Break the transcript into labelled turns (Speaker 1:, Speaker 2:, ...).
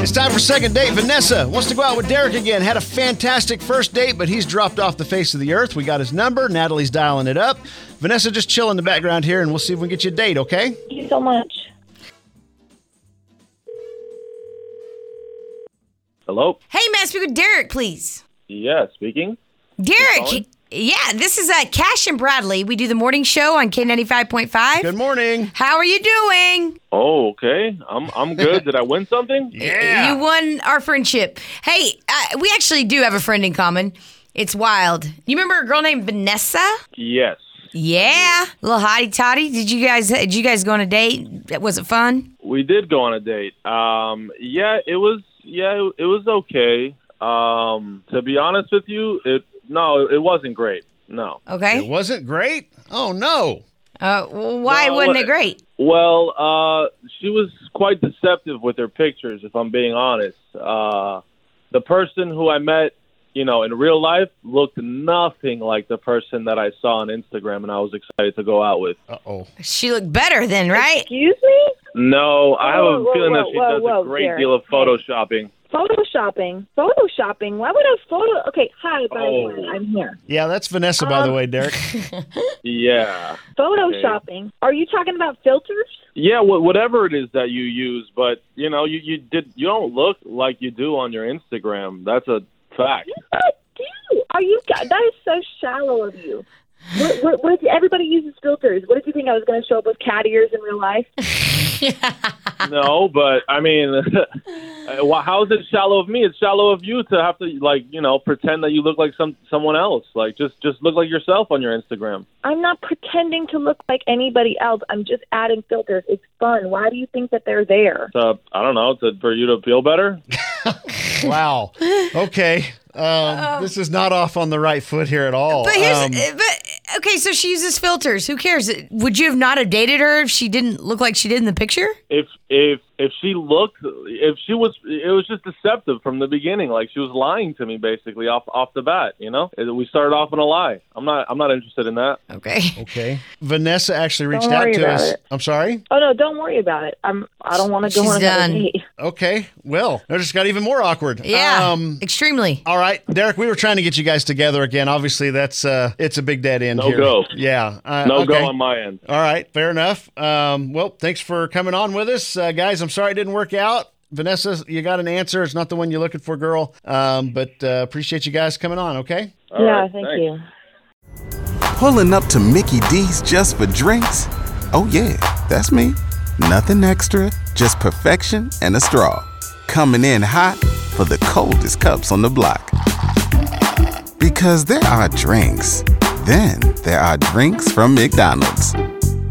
Speaker 1: It's time for second date. Vanessa wants to go out with Derek again. Had a fantastic first date, but he's dropped off the face of the earth. We got his number. Natalie's dialing it up. Vanessa, just chill in the background here, and we'll see if we can get you a date. Okay?
Speaker 2: Thank you so much.
Speaker 3: Hello?
Speaker 4: Hey, may I speak with Derek, please?
Speaker 3: Yeah, speaking.
Speaker 4: Derek, yeah, this is uh, Cash and Bradley. We do the morning show on K95.5.
Speaker 1: Good morning.
Speaker 4: How are you doing?
Speaker 3: Oh, okay. I'm I'm good. Did I win something?
Speaker 1: Yeah.
Speaker 4: You won our friendship. Hey, uh, we actually do have a friend in common. It's wild. You remember a girl named Vanessa?
Speaker 3: Yes.
Speaker 4: Yeah, little hottie toddy. Did you guys? Did you guys go on a date? Was it fun?
Speaker 3: We did go on a date. Um yeah, it was yeah, it, it was okay. Um to be honest with you, it no, it wasn't great. No.
Speaker 4: Okay.
Speaker 1: It wasn't great. Oh no.
Speaker 4: Uh, well, why
Speaker 3: No, it
Speaker 4: wasn't
Speaker 3: wa-
Speaker 4: it great?
Speaker 3: Well, uh she was quite deceptive with her pictures if I'm being honest. Uh the person who I met, you know, in real life looked nothing like the person that I saw on Instagram and I was excited to go out with.
Speaker 1: Uh oh.
Speaker 4: She looked better then, right?
Speaker 2: Excuse me?
Speaker 3: No, I have a
Speaker 2: Whoa, whoa,
Speaker 3: feeling that
Speaker 2: whoa,
Speaker 3: she
Speaker 2: whoa,
Speaker 3: does
Speaker 2: whoa,
Speaker 3: a great
Speaker 2: Derek.
Speaker 3: deal of photoshopping.
Speaker 2: Photoshopping. Photoshopping. Why would I photo? Okay, hi, by
Speaker 3: Oh.
Speaker 2: the way, I'm here.
Speaker 1: Yeah, that's Vanessa, by
Speaker 4: Um.
Speaker 1: the way, Derek.
Speaker 3: Yeah.
Speaker 2: Photoshopping. Are you talking about filters?
Speaker 3: Yeah, wh- whatever it is that you use, but you know, you you did you don't look like you do on your Instagram. That's a fact.
Speaker 2: What do? Are you? That is so shallow of you. What, what, what, everybody uses filters. What did you think I was going to show up with cat ears in real life?
Speaker 3: no, but I mean, uh, wh- how is it shallow of me? It's shallow of you to have to like you know pretend that you look like some someone else. Like just just look like yourself on your Instagram.
Speaker 2: I'm not pretending to look like anybody else. I'm just adding filters. It's fun. Why do you think that they're there?
Speaker 3: So I don't know to, for you to feel better.
Speaker 1: Wow. Okay. Um, this is not off on the right foot here at all.
Speaker 4: Oh. But here's,
Speaker 1: Um,
Speaker 4: uh, but okay, so she uses filters. Who cares? Would you have not have dated her if she didn't look like she did in the picture?
Speaker 3: If if if she looked, if she was, it was just deceptive from the beginning. Like she was lying to me basically off off the bat. You know, we started off on a lie. I'm not I'm not interested in that.
Speaker 4: Uh, Okay.
Speaker 1: okay. Vanessa actually reached
Speaker 2: Don't
Speaker 1: out
Speaker 2: worry
Speaker 1: to
Speaker 2: about
Speaker 1: us.
Speaker 2: it.
Speaker 1: I'm sorry.
Speaker 2: Oh no, don't worry about it. I'm. I don't want to go
Speaker 4: She's
Speaker 2: on
Speaker 4: done.
Speaker 2: another date.
Speaker 1: Okay. Well, it just got even more awkward.
Speaker 4: Yeah.
Speaker 1: Um,
Speaker 4: extremely.
Speaker 1: all right, Derek. We were trying to get you guys together again. Obviously, that's uh, it's a big dead end
Speaker 3: No
Speaker 1: here.
Speaker 3: go.
Speaker 1: Yeah. Uh,
Speaker 3: No
Speaker 1: okay.
Speaker 3: go on my end.
Speaker 1: All right, fair enough. Um, well, thanks for coming on with us, uh, guys. I'm sorry it didn't work out. Vanessa, you got an answer. It's not the one you're looking for, girl. Um, but uh, appreciate you guys coming on. Okay.
Speaker 3: All
Speaker 2: yeah,
Speaker 3: right,
Speaker 2: thank
Speaker 3: thanks.
Speaker 2: you.
Speaker 5: Pulling up to Mickey D's just for drinks? Oh, yeah, that's me. Nothing extra, just perfection and a straw. Coming in hot for the coldest cups on the block. Because there are drinks, then there are drinks from McDonald's.